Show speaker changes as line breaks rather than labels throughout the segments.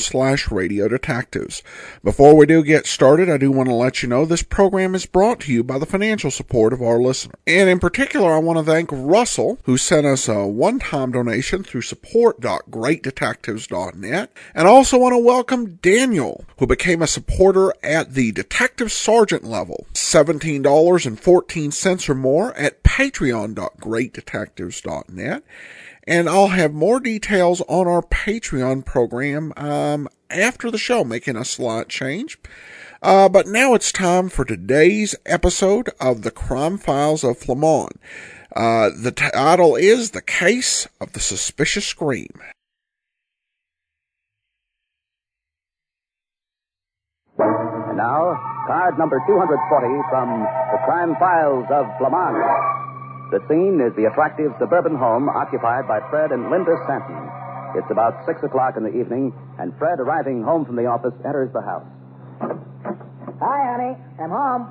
slash Radio Detectives. Before we do get started, I do want to let you know this program is brought to you by the financial support of our listener. And in particular, I want to thank Russell, who sent us a one-time donation through support.greatdetectives.net. And I also want to welcome Daniel, who became a supporter at the Detective Sergeant level. $17.14 or more at patreon.greatdetectives.net. And I'll have more details on our Patreon program um, after the show, making a slight change. Uh, but now it's time for today's episode of The Crime Files of Flamon. Uh, the title is The Case of the Suspicious Scream.
And now, card number 240 from The Crime Files of Flamon. The scene is the attractive suburban home occupied by Fred and Linda Santon. It's about 6 o'clock in the evening, and Fred, arriving home from the office, enters the house.
Hi, honey. I'm home.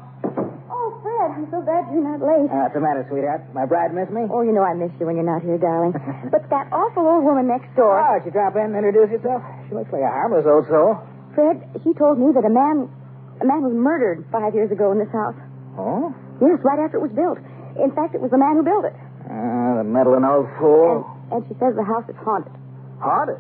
Oh, Fred, I'm so glad you're not late.
Uh, what's the matter, sweetheart? My bride miss me?
Oh, you know I miss you when you're not here, darling. but that awful old woman next door.
Oh, would you drop in and introduce yourself? She looks like a harmless old soul.
Fred, she told me that a man, a man was murdered five years ago in this house.
Oh?
Yes, right after it was built. In fact, it was the man who built it.
Uh, the meddling old
Oh.
fool.
And, and she says the house is haunted.
Haunted?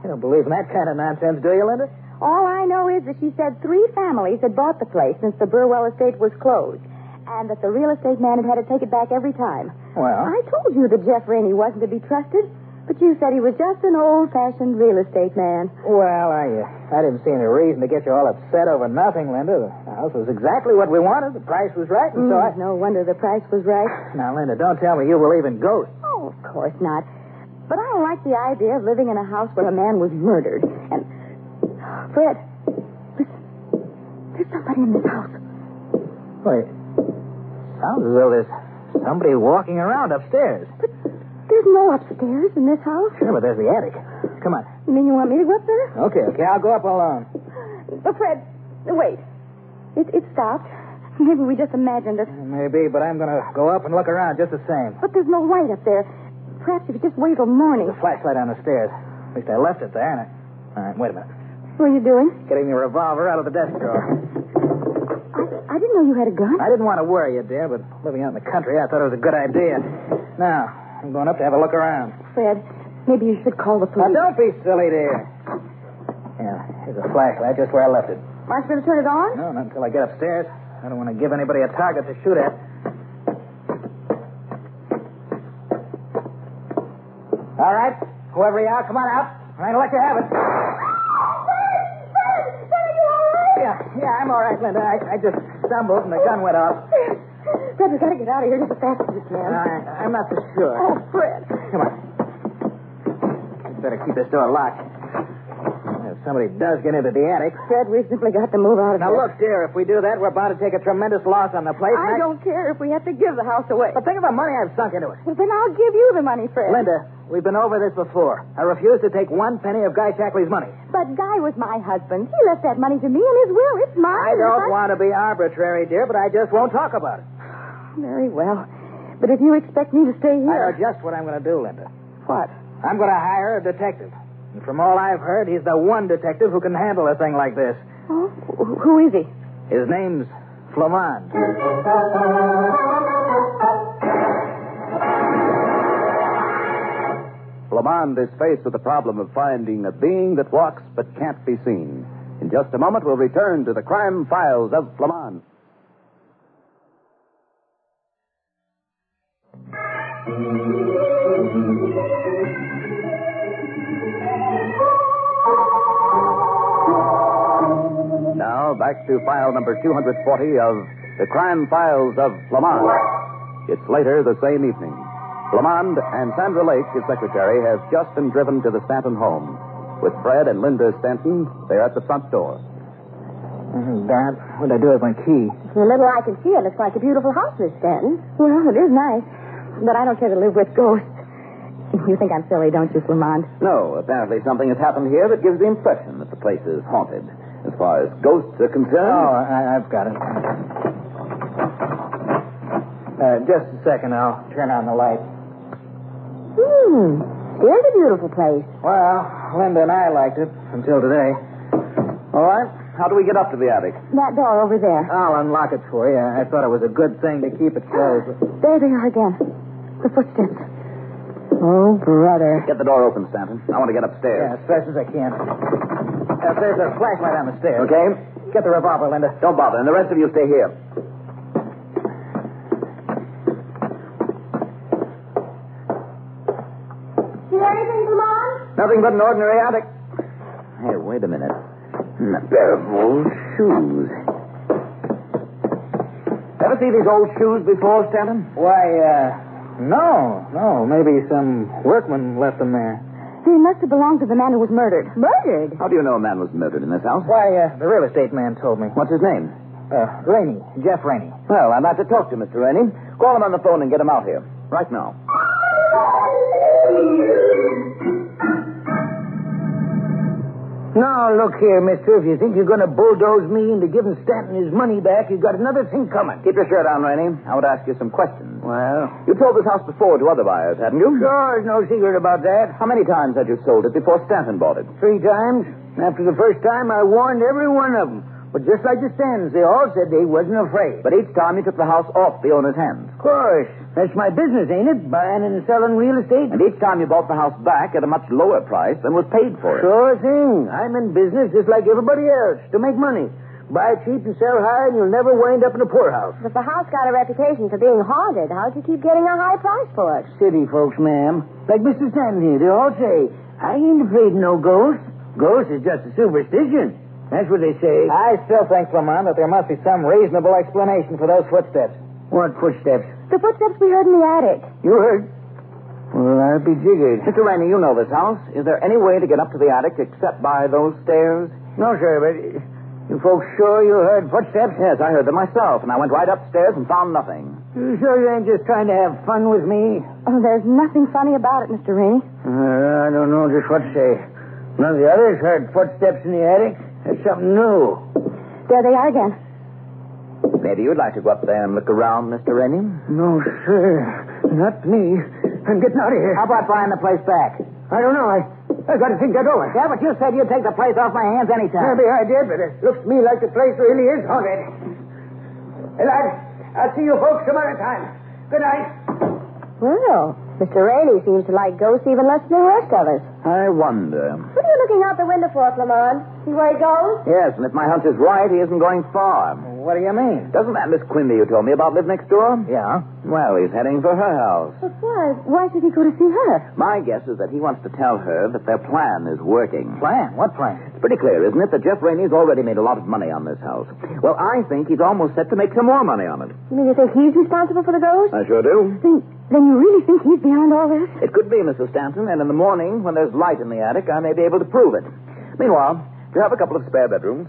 You don't believe in that kind of nonsense, do you, Linda?
All I know is that she said three families had bought the place since the Burwell estate was closed, and that the real estate man had had to take it back every time.
Well?
I told you that Jeff Rainey wasn't to be trusted, but you said he was just an old-fashioned real estate man.
Well, I, uh, I didn't see any reason to get you all upset over nothing, Linda. The house was exactly what we wanted. The price was right, and so
Mm,
I...
No wonder the price was right.
Now, Linda, don't tell me you believe in ghosts.
Oh, of course not. But I don't like the idea of living in a house where a man was murdered. And Fred, listen. There's somebody in this house.
Wait. Sounds as though there's somebody walking around upstairs.
There's no upstairs in this house.
Sure, but there's the attic. Come on.
You mean you want me to go up there?
Okay, okay, I'll go up alone.
But Fred, wait. It it stopped. Maybe we just imagined it.
Maybe, but I'm going to go up and look around just the same.
But there's no light up there. Perhaps if you just wait till morning.
The flashlight on the stairs. At least I left it there, and I... All right, wait a minute.
What are you doing?
Getting the revolver out of the desk drawer.
I, I didn't know you had a gun.
I didn't want to worry you, dear, but living out in the country, I thought it was a good idea. Now, I'm going up to have a look around.
Fred, maybe you should call the
Now,
police.
don't be silly, dear. Yeah, here's a flashlight just where I left it.
Aren't you going to turn it on?
No, not until I get upstairs. I don't want to give anybody a target to shoot at. All right, whoever you are, come on out. I'm going to let you have it. Yeah, yeah, I'm all right, Linda. I, I just stumbled and the gun went off.
Fred, we've got to get out of here just as fast as we can.
I, I'm not so sure.
Oh, Fred.
Come on. You'd better keep this door locked. If somebody does get into the attic.
Fred, we've simply got to move out of
Now,
here.
look, dear, if we do that, we're bound to take a tremendous loss on the place.
I
and
don't care if we have to give the house away.
But think of the money I've sunk into it.
Well, then I'll give you the money, Fred.
Linda, we've been over this before. I refuse to take one penny of Guy Shackley's money.
But Guy was my husband. He left that money to me in his will. It's mine.
I
If
don't want to be arbitrary, dear, but I just won't talk about it.
Very well. But if you expect me to stay
I know
here.
just what I'm going to do, Linda.
What?
I'm going to hire a detective. And from all I've heard, he's the one detective who can handle a thing like this.
Oh, wh- who is he?
His name's Flamand.
Lamond is faced with the problem of finding a being that walks but can't be seen. In just a moment, we'll return to the crime files of Lamond. Now, back to file number 240 of The Crime Files of Lamond. It's later the same evening. Lamond and Sandra Lake, his secretary, have just been driven to the Stanton home. With Fred and Linda Stanton, they're at the front door.
Mm-hmm. Dad, what'd I do with my key?
The little I can see, it looks like a beautiful house, Miss Stanton. Well, it is nice. But I don't care to live with ghosts. You think I'm silly, don't you, Flamand?
No, apparently something has happened here that gives the impression that the place is haunted. As far as ghosts are
Oh,
concerned.
I, I've got it. Uh, just a second, I'll turn on the light.
Hmm. It is a beautiful place.
Well, Linda and I liked it until today. All right.
How do we get up to the attic?
That door over there.
I'll unlock it for you. I thought it was a good thing to keep it closed.
There they are again. The footsteps. Oh, brother.
Get the door open, Stanton. I want to get
Yeah,
upstairs.
as fast as I can. Uh, there's a flashlight on the stairs.
Okay?
Get the revolver, Linda.
Don't bother, and the rest of you stay here.
Did anything come on?
Nothing but an ordinary attic. Hey, wait a minute. Hmm, A pair of old shoes. Ever see these old shoes before, Stanton?
Why, uh, no, no. Maybe some workman left them there.
They must have belonged to the man who was murdered. Murdered?
How do you know a man was murdered in this house?
Why, uh, the real estate man told me.
What's his name?
Uh, Rainey. Jeff Rainey.
Well, I'd like to talk to Mr. Rainey. Call him on the phone and get him out here. Right now.
Now, look here, mister. If you think you're going to bulldoze me into giving Stanton his money back, you've got another thing coming.
Keep your shirt on, Rainey. I want to ask you some questions.
Well,
You sold this house before to other buyers, hadn't you?
sure, there's no secret about that.
How many times had you sold it before Stanton bought it?
Three times. After the first time, I warned every one of them. But just like the Stantons, they all said they wasn't afraid.
But each time you took the house off the owner's hands.
Of course. That's my business, ain't it? Buying and selling real estate.
And each time you bought the house back at a much lower price than was paid for it.
Sure thing. I'm in business just like everybody else to make money. Buy cheap and sell high, and you'll never wind up in a poorhouse.
But the house got a reputation for being haunted. How'd you keep getting a high price for it?
City folks, ma'am. Like Mr. Stanton here, they all say, I ain't afraid of no ghost. Ghost is just a superstition. That's what they say. I still think, Lamont, that there must be some reasonable explanation for those footsteps. What footsteps?
The footsteps we heard in the attic.
You heard. Well, I'll be jiggered.
Mr. Rainey, you know this house. Is there any way to get up to the attic except by those stairs?
No, sir, but you folks sure you heard footsteps?
Yes, I heard them myself, and I went right upstairs and found nothing.
You sure you ain't just trying to have fun with me?
Oh, there's nothing funny about it, Mr. Rainey.
Uh, I don't know just what to say. None of the others heard footsteps in the attic. That's something new.
There they are again.
Maybe you'd like to go up there and look around, Mr. Rainey.
No, sir. Not me. I'm getting out of here. How about buying the place back? I don't know. I, I got to think that over. Yeah, but you said you'd take the place off my hands anytime. Maybe I did, but it looks to me like the place really is haunted. Well, I, I'll see you folks some other time. Good night.
Well, Mr. Rainey seems to like ghosts even less than the rest of us.
I wonder.
What are you looking out the window for, Flamand? See where he goes?
Yes, and if my hunch is right, he isn't going far.
What do you mean?
Doesn't that Miss Quimby you told me about live next door?
Yeah.
Well, he's heading for her house.
But why? Why should he go to see her?
My guess is that he wants to tell her that their plan is working.
Plan? What plan?
It's pretty clear, isn't it, that Jeff Rainey's already made a lot of money on this house. Well, I think he's almost set to make some more money on it.
You mean you think he's responsible for the ghost?
I sure do.
Then, then you really think he's behind all this?
It could be, Mrs. Stanton, and in the morning, when there's light in the attic, I may be able to prove it. Meanwhile, do you have a couple of spare bedrooms?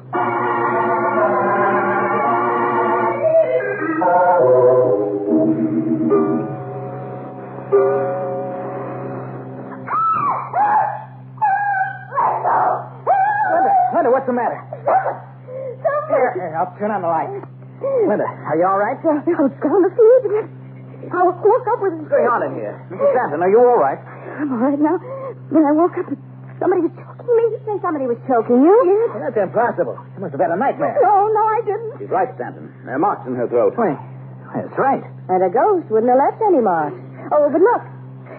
Linda, Linda, what's the matter? Here,
Something.
here, I'll turn on the light. Linda, are you all right?
I'm going to sleep again. I woke up with
What's going on in here? Mrs. Stanton, are you all right?
I'm all right now. When I woke up, somebody was choking me. You say somebody was choking you?
Well, that's impossible. You must have had a nightmare.
No, no, I didn't.
She's right, Stanton. There are marks in her throat.
Wait, that's right.
And a ghost wouldn't have left any marks. Oh, but look.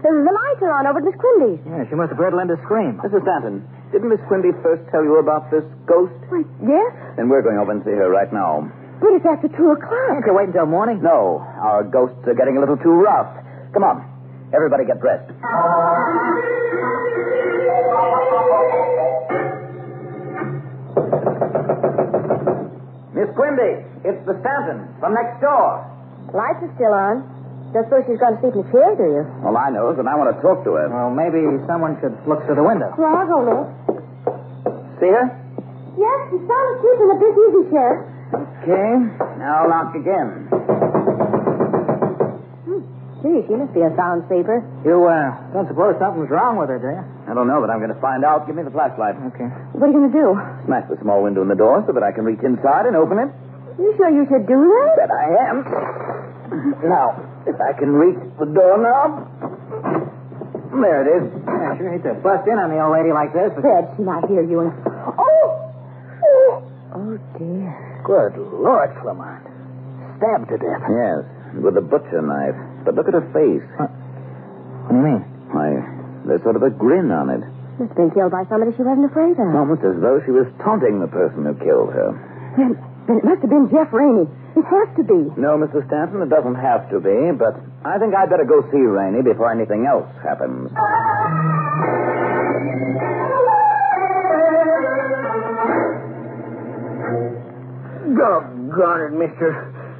The the lights are on over at Miss Quimby's.
Yeah, she must have heard Linda scream.
Mrs. Stanton, didn't Miss Quimby first tell you about this ghost?
Why, yes?
Then we're going over and see her right now.
But it's after two o'clock.
Can't you wait until morning?
No, our ghosts are getting a little too rough. Come on. Everybody get dressed. Miss Quimby, it's the Stanton from next door.
Lights are still on. Don't suppose she's going to sleep in the chair, do you?
All I know is that I want to talk to her.
Well, maybe someone should look through the window.
Well, I'll go, Miss.
See her?
Yes, she's sound asleep in the big easy chair.
Okay. Now knock again.
She Gee, she must be a sound sleeper.
You, uh, don't suppose something's wrong with her, do you?
I don't know, but I'm going to find out. Give me the flashlight.
Okay.
What are you going to do?
Smash the small window in the door so that I can reach inside and open it.
You sure you should do that?
That I am. Now, if I can reach the doorknob. There it is.
I sure hate to bust in on the old lady like this, but...
Fred, she might hear you and. Oh! Oh! Oh, dear.
Good Lord, Flamont. Stabbed to death.
Yes, with a butcher knife. But look at her face.
What do you mean?
Why, there's sort of a grin on it.
Must have been killed by somebody she wasn't afraid of.
Almost as though she was taunting the person who killed her.
Then, then it must have been Jeff Rainey. It has to be.
No, Mr. Stanton, it doesn't have to be, but I think I'd better go see Rainey before anything else happens.
Doggone it, mister.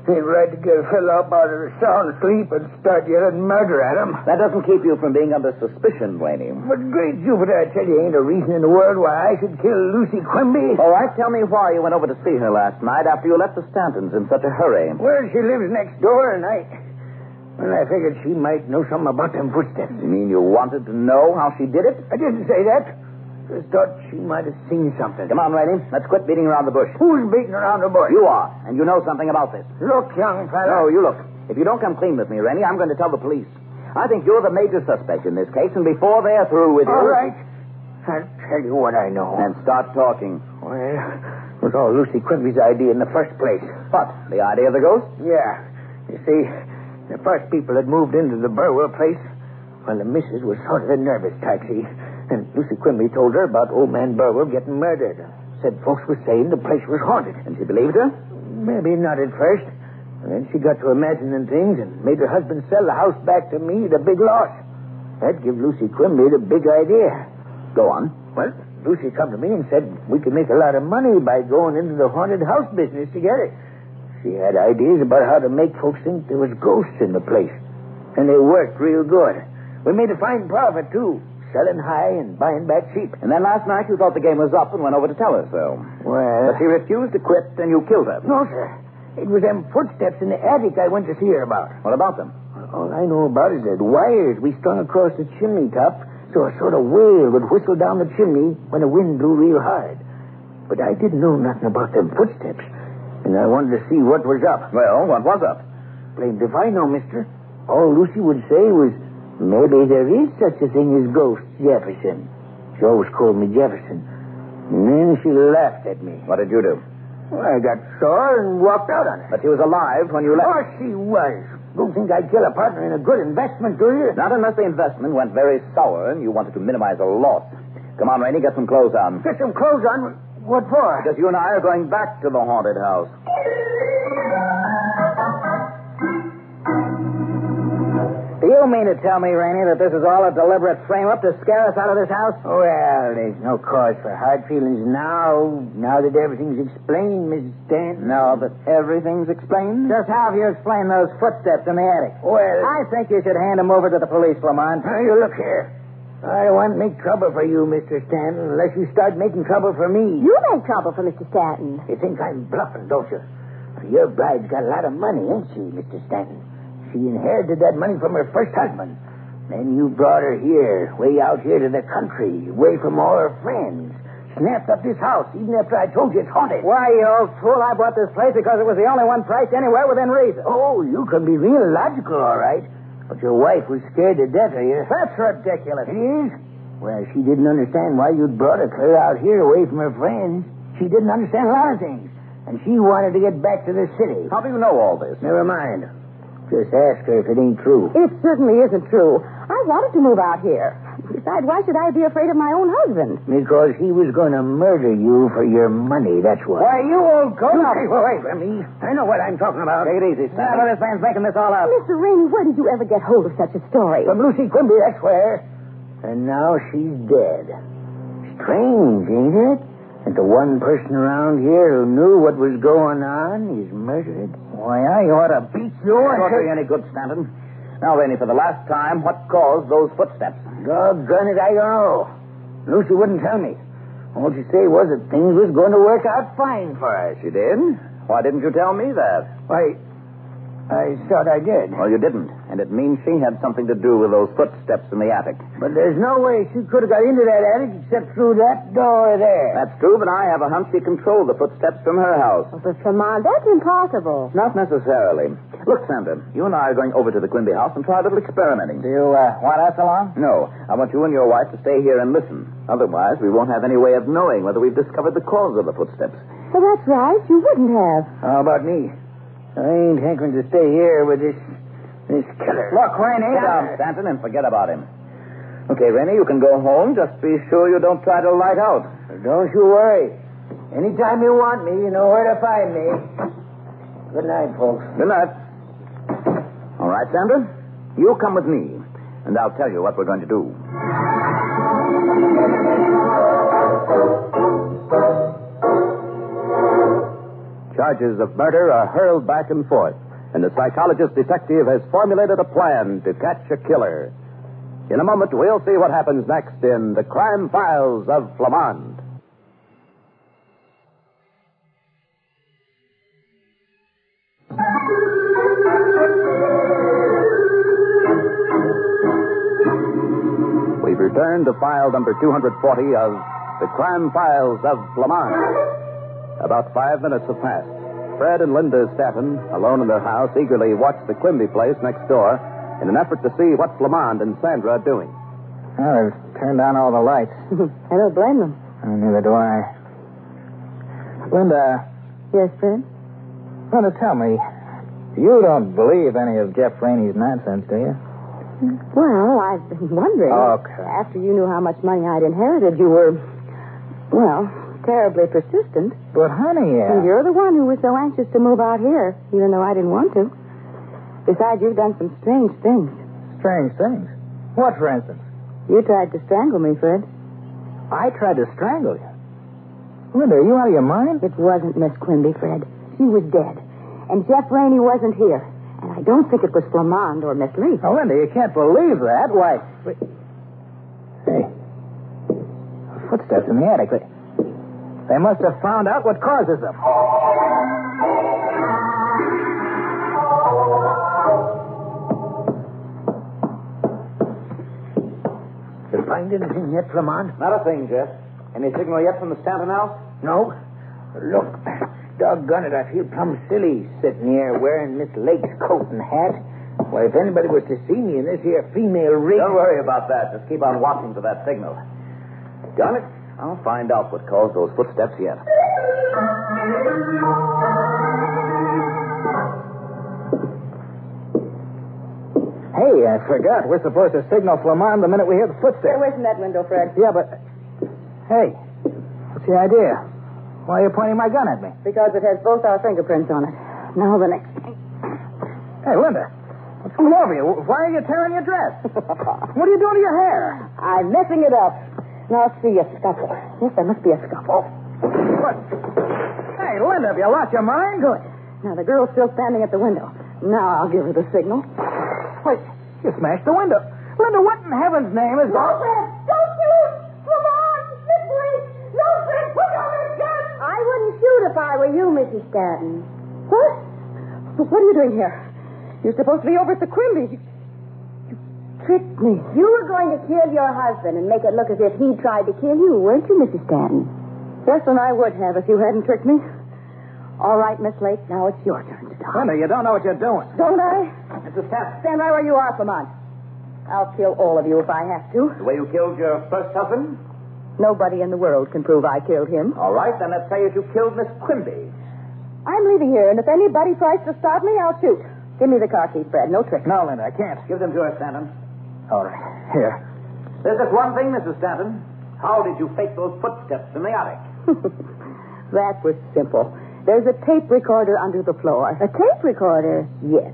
He tried to get a fellow up out of a sound sleep and start yelling murder at him.
That doesn't keep you from being under suspicion, Rainey.
But great Jupiter, I tell you, ain't a reason in the world why I should kill Lucy Quimby.
All right, tell me why you went over to see her last night after you left the Stantons in such a hurry.
Well, she lives next door, and I... Well, I figured she might know something about them footsteps.
You mean you wanted to know how she did it?
I didn't say that. Just thought she might have seen something.
Come on, Rainey. Let's quit beating around the bush.
Who's beating around the bush?
You are, and you know something about this.
Look,
No,
young fellow.
you look. If you don't come clean with me, Rennie, I'm going to tell the police. I think you're the major suspect in this case, and before they're through with you.
All right. I'll tell you what I know.
Then start talking.
Well, it was all Lucy Quimby's idea in the first place.
What? The idea of the ghost?
Yeah. You see, the first people that moved into the Burwell place, well, the missus was sort of a nervous type, see. And Lucy Quimby told her about old man Burwell getting murdered. Said folks were saying the place was haunted.
And she believed her?
Maybe not at first. And then she got to imagining things and made her husband sell the house back to me at a big loss. That give Lucy Quimby the big idea.
Go on.
Well, Lucy come to me and said we could make a lot of money by going into the haunted house business together. She had ideas about how to make folks think there was ghosts in the place. And they worked real good. We made a fine profit, too, selling high and buying back cheap.
And then last night you thought the game was up and went over to tell her so.
Well...
But she refused to quit, and you killed her.
No, sir. It was them footsteps in the attic I went to see her about.
What about them?
All I know about it is that wires we strung across the chimney top so a sort of wail would whistle down the chimney when the wind blew real hard. But I didn't know nothing about them footsteps, and I wanted to see what was up.
Well, what was up?
Blamed if I know, mister. All Lucy would say was, maybe there is such a thing as ghosts, Jefferson. She always called me Jefferson. And then she laughed at me.
What did you do?
Well, I got sore and walked out on her.
But she was alive when you
Of
left.
course she was. Don't think I'd kill a partner in a good investment, do you?
Not unless the investment went very sour and you wanted to minimize a loss. Come on, Rainey, get some clothes on.
Get some clothes on. What for?
Because you and I are going back to the haunted house.
Do you mean to tell me, Rainey, that this is all a deliberate frame-up to scare us out of this house? Well, there's no cause for hard feelings now, now that everything's explained, Mrs. Stanton.
Now that everything's explained?
Just how have you explained those footsteps in the attic? Well... I think you should hand them over to the police, Lamont. Now, you look here. I won't make trouble for you, Mr. Stanton, unless you start making trouble for me.
You make trouble for Mr. Stanton.
You think I'm bluffing, don't you? Your bride's got a lot of money, ain't she, Mr. Stanton? She inherited that money from her first husband. Then you brought her here, way out here to the country, away from all her friends. Snapped up this house, even after I told you it's haunted. Why, you old fool, I bought this place because it was the only one priced anywhere within reason. Oh, you can be real logical, all right. But your wife was scared to death of you. That's ridiculous. It is? Well, she didn't understand why you'd brought her clear out here away from her friends. She didn't understand a lot of things. And she wanted to get back to the city.
How do you know all this?
Never mind. Just ask her if it ain't true.
It certainly isn't true. I wanted to move out here. Besides, why should I be afraid of my own husband?
Because he was going to murder you for your money, that's what. Why, you old goat. Stay away from me. I know what I'm talking about. Take it easy, Now, this man's making this all up.
Mr. Rainey, where did you ever get hold of such a story?
From Lucy Quimby, that's where. And now she's dead. Strange, ain't it? That the one person around here who knew what was going on is murdered. Why, I ought to beat you.
It won't do you any good, Stanton. Now, Rainey, for the last time, what caused those footsteps?
Doggone it, I don't know. Lucy wouldn't tell me. All she said was that things was going to work out fine for us.
She did? Why didn't you tell me that?
Why, I thought I did.
Well, you didn't, and it means she had something to do with those footsteps in the attic.
But there's no way she could have got into that attic except through that door there.
That's true, but I have a hunch she controlled the footsteps from her house.
Oh, but Flamand, that's impossible.
Not necessarily. Look, Sandra, you and I are going over to the Quimby house and try a little experimenting.
Do you uh, want us along?
No, I want you and your wife to stay here and listen. Otherwise, we won't have any way of knowing whether we've discovered the cause of the footsteps.
Well, that's right. You wouldn't have.
How about me? I ain't hankering to stay here with this this killer. Look, Rainey.
Sit down, Stanton, and forget about him. Okay, Rainey, you can go home. Just be sure you don't try to light out.
Don't you worry. Anytime you want me, you know where to find me. Good night, folks.
Good night. All right, Sandra, you come with me, and I'll tell you what we're going to do. Charges of murder are hurled back and forth, and the psychologist detective has formulated a plan to catch a killer. In a moment, we'll see what happens next in The Crime Files of Flamand. We return to file number 240 of The Crime Files of Flamand. About five minutes have passed. Fred and Linda Stanton, alone in their house, eagerly watch the Quimby place next door in an effort to see what Flamand and Sandra are doing.
Well, they've turned on all the lights.
I don't blame them.
Oh, neither do I. Linda,
Yes, Fred?
Linda, tell me, you don't believe any of Jeff Rainey's nonsense, do you?
Well, I've been wondering.
Okay.
After you knew how much money I'd inherited, you were, well, terribly persistent.
But honey,
And
uh,
you're the one who was so anxious to move out here, even though I didn't want to. Besides, you've done some strange things.
strange things. What, for instance?
You tried to strangle me, Fred.
I tried to strangle you. Linda, are you out of your mind?
It wasn't Miss Quimby, Fred. She was dead. And Jeff Rainey wasn't here. And I don't think it was Flamand or Miss Lee.
Oh, Linda, you can't believe that. Why? wait. Hey, footsteps in the attic. They, they must have found out what causes them. You find anything yet, Lamont?
Not a thing, Jeff. Any signal yet from the Stanton house?
No. Look, doggone it, I feel plumb silly sitting here wearing Miss Lake's coat and hat. Why, if anybody was to see me in this here female rig.
Don't worry about that. Just keep on watching for that signal. Darn it, I'll find out what caused those footsteps yet.
Hey, I forgot. We're supposed to signal Flamand the minute we hear the footsteps.
from that window, Fred,
Yeah, but. Hey, what's the idea? Why are you pointing my gun at me?
because it has both our fingerprints on it. Now the next thing.
Hey, Linda, what's going over you? Why are you tearing your dress? What are you doing to your hair?
I'm messing it up. Now see a scuffle. Yes, there must be a scuffle.
What? Hey, Linda, have you lost your mind? Good.
Now the girl's still standing at the window. Now I'll give her the signal.
Wait, you smashed the window. Linda, what in heaven's name is that?
Don't shoot! Come on, Miss No, Fred, put down that gun! I wouldn't shoot if I were you, Mrs. Stanton. What? What are you doing here? You're supposed to be over at the Quimby. You, you tricked me. You were going to kill your husband and make it look as if he tried to kill you, weren't you, Mrs. Stanton? Yes, and I would have if you hadn't tricked me. All right, Miss Lake, now it's your turn to talk.
Linda, you don't know what you're doing.
Don't I?
It's a step.
Stand right where you are, Flamont. I'll kill all of you if I have to.
The way you killed your first husband?
Nobody in the world can prove I killed him.
All right, then let's say that you killed Miss Quimby.
I'm leaving here, and if anybody tries to stop me, I'll shoot. Give me the car key, Fred. No tricks.
No, Linda, I can't.
Give them to her, Stanton.
All right, here.
There's just one thing, Mrs. Stanton. How did you fake those footsteps in the attic?
that was simple. There's a tape recorder under the floor. A tape recorder? Yes.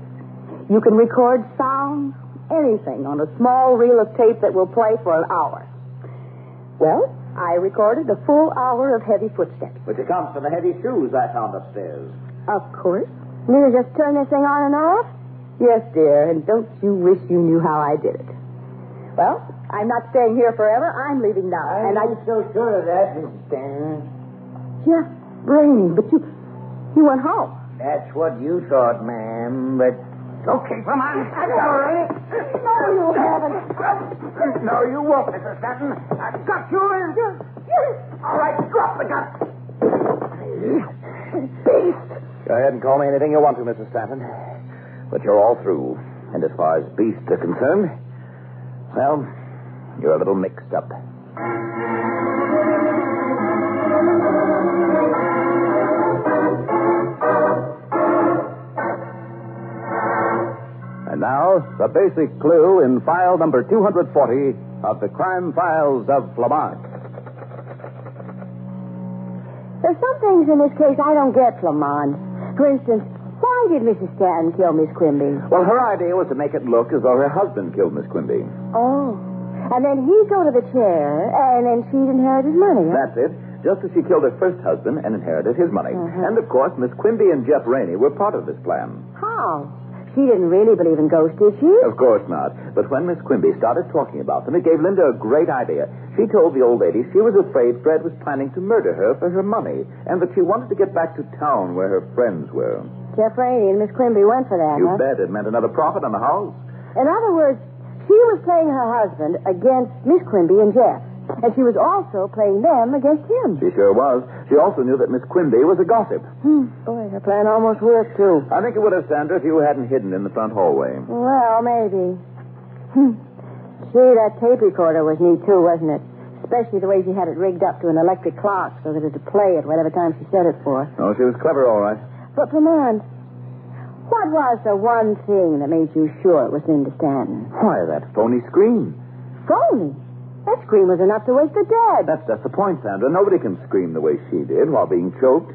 You can record sound, anything, on a small reel of tape that will play for an hour. Well, I recorded a full hour of heavy footsteps.
Which accounts for the heavy shoes I found upstairs.
Of course. Nina just turn this thing on and off? Yes, dear, and don't you wish you knew how I did it? Well, I'm not staying here forever. I'm leaving now. and I
so sure of that, Mrs. Stanton.
Jeff Brainy, but you you went home.
That's what you thought, ma'am, but. Okay, come on. That's all right.
No, you haven't.
No, you won't, Mrs. Stanton. I've got you in. All right, drop the gun.
Go ahead and call me anything you want to, Mrs. Stanton. But you're all through. And as far as beasts are concerned, well, you're a little mixed up. And now, the basic clue in file number 240 of the crime files of Flamont.
There's some things in this case I don't get, Flamond. For instance, why did Mrs. Stanton kill Miss Quimby?
Well, her idea was to make it look as though her husband killed Miss Quimby.
Oh. And then he go to the chair, and then she'd inherit his money. huh?
That's it. Just as she killed her first husband and inherited his money.
Mhm.
And, of course, Miss Quimby and Jeff Rainey were part of this plan.
How? She didn't really believe in ghosts, did she?
Of course not. But when Miss Quimby started talking about them, it gave Linda a great idea. She told the old lady she was afraid Fred was planning to murder her for her money and that she wanted to get back to town where her friends were.
Jeff Rainey and Miss Quimby went for that,
You
huh?
bet it meant another profit on the house.
In other words, she was playing her husband against Miss Quimby and Jeff. And she was also playing them against him.
She sure was. She also knew that Miss Quimby was a gossip.
Hmm. Boy, her plan almost worked, too.
I think it would have, Sandra, if you hadn't hidden in the front hallway.
Well, maybe. Hmm. Gee, that tape recorder was neat, too, wasn't it? Especially the way she had it rigged up to an electric clock so that it'd play at whatever time she set it for.
Oh, she was clever, all right.
But, Vermont, what was the one thing that made you sure it was Linda Stanton?
Why, that phony scream.
Phony. That scream was enough to wake the dead.
That's just the point, Sandra. Nobody can scream the way she did while being choked.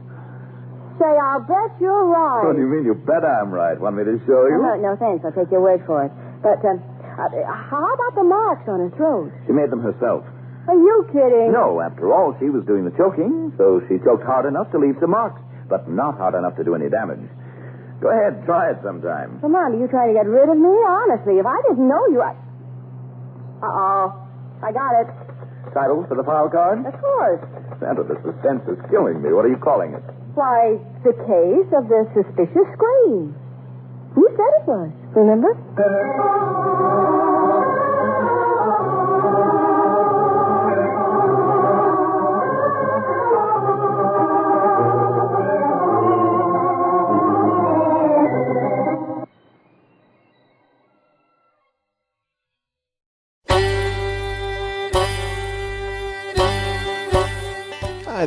Say, I'll bet you're right. Uh-huh.
What do you mean? You bet I'm right. Want me to show
No,
you?
no, no, thanks. I'll take your word for it. But um, uh, how about the marks on her throat?
She made them herself.
Are you kidding?
No, after all, she was doing the choking, so she choked hard enough to leave some marks, but not hard enough to do any damage. Go ahead, try it sometime.
Come on, are you trying to get rid of me? Honestly, if I didn't know you, I. Uh oh. I got it.
Title for the file card?
Of course.
Sandra, the suspense is killing me. What are you calling it?
Why, the case of the suspicious scream. You said it was, remember?
Hi,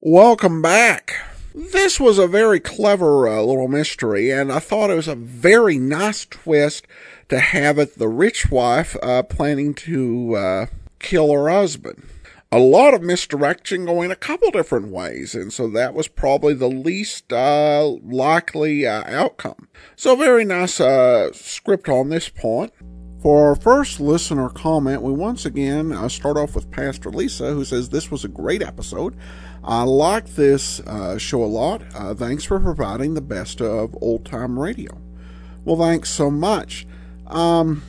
Welcome back. This was a very clever uh, little mystery, and I thought it was a very nice twist to have it the rich wife uh, planning to uh, kill her husband. A lot of misdirection going a couple different ways, and so that was probably the least uh, likely uh, outcome. So, very nice uh, script on this point. For our first listener comment, we once again uh, start off with Pastor Lisa, who says, This was a great episode. I like this uh, show a lot. Uh, thanks for providing the best of old time radio. Well, thanks so much. Um,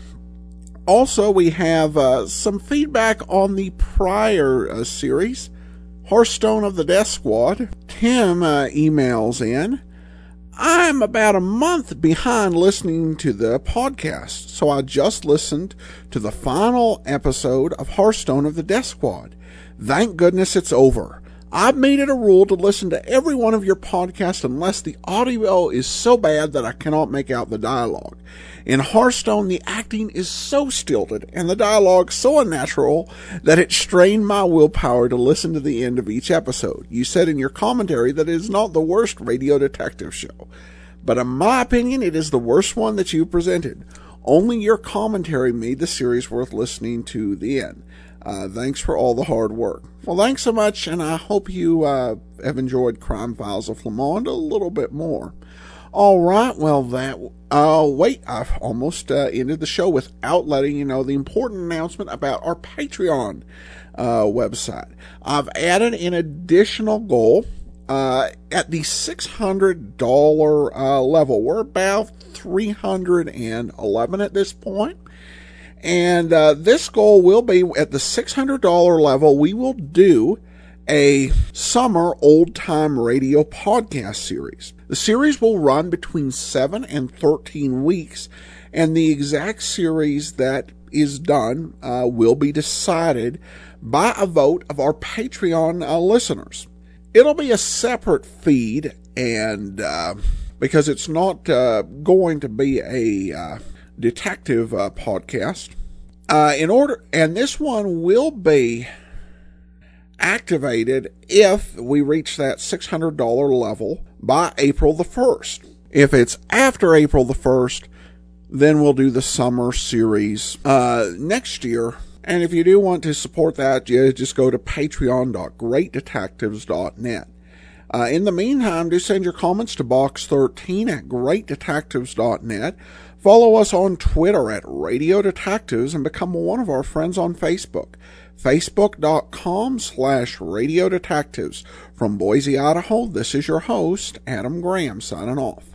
also, we have uh, some feedback on the prior uh, series, Hearthstone of the Death Squad. Tim uh, emails in. I'm about a month behind listening to the podcast, so I just listened to the final episode of Hearthstone of the Death Squad. Thank goodness it's over. I've made it a rule to listen to every one of your podcasts unless the audio is so bad that I cannot make out the dialogue. In Hearthstone, the acting is so stilted and the dialogue so unnatural that it strained my willpower to listen to the end of each episode. You said in your commentary that it is not the worst radio detective show, but in my opinion, it is the worst one that you presented. Only your commentary made the series worth listening to the end. Uh, thanks for all the hard work. Well, thanks so much, and I hope you uh, have enjoyed Crime Files of Flamond a little bit more. All right, well, that. Uh, wait, I've almost uh, ended the show without letting you know the important announcement about our Patreon uh, website. I've added an additional goal uh, at the $600 uh, level. We're about 311 at this point. And uh, this goal will be at the $600 level, we will do a summer old time radio podcast series. The series will run between 7 and 13 weeks, and the exact series that is done uh, will be decided by a vote of our Patreon uh, listeners. It'll be a separate feed, and uh, because it's not uh, going to be a uh, detective uh, podcast, uh, in order, and this one will be activated if we reach that $600 level by April the 1st. If it's after April the 1st, then we'll do the summer series uh, next year. And if you do want to support that, you just go to patreon.greatdetectives.net. Uh, in the meantime, do send your comments to box13 at greatdetectives.net. Follow us on Twitter at Radio Detectives and become one of our friends on Facebook. Facebook.com slash Radio Detectives. From Boise, Idaho, this is your host, Adam Graham, signing off.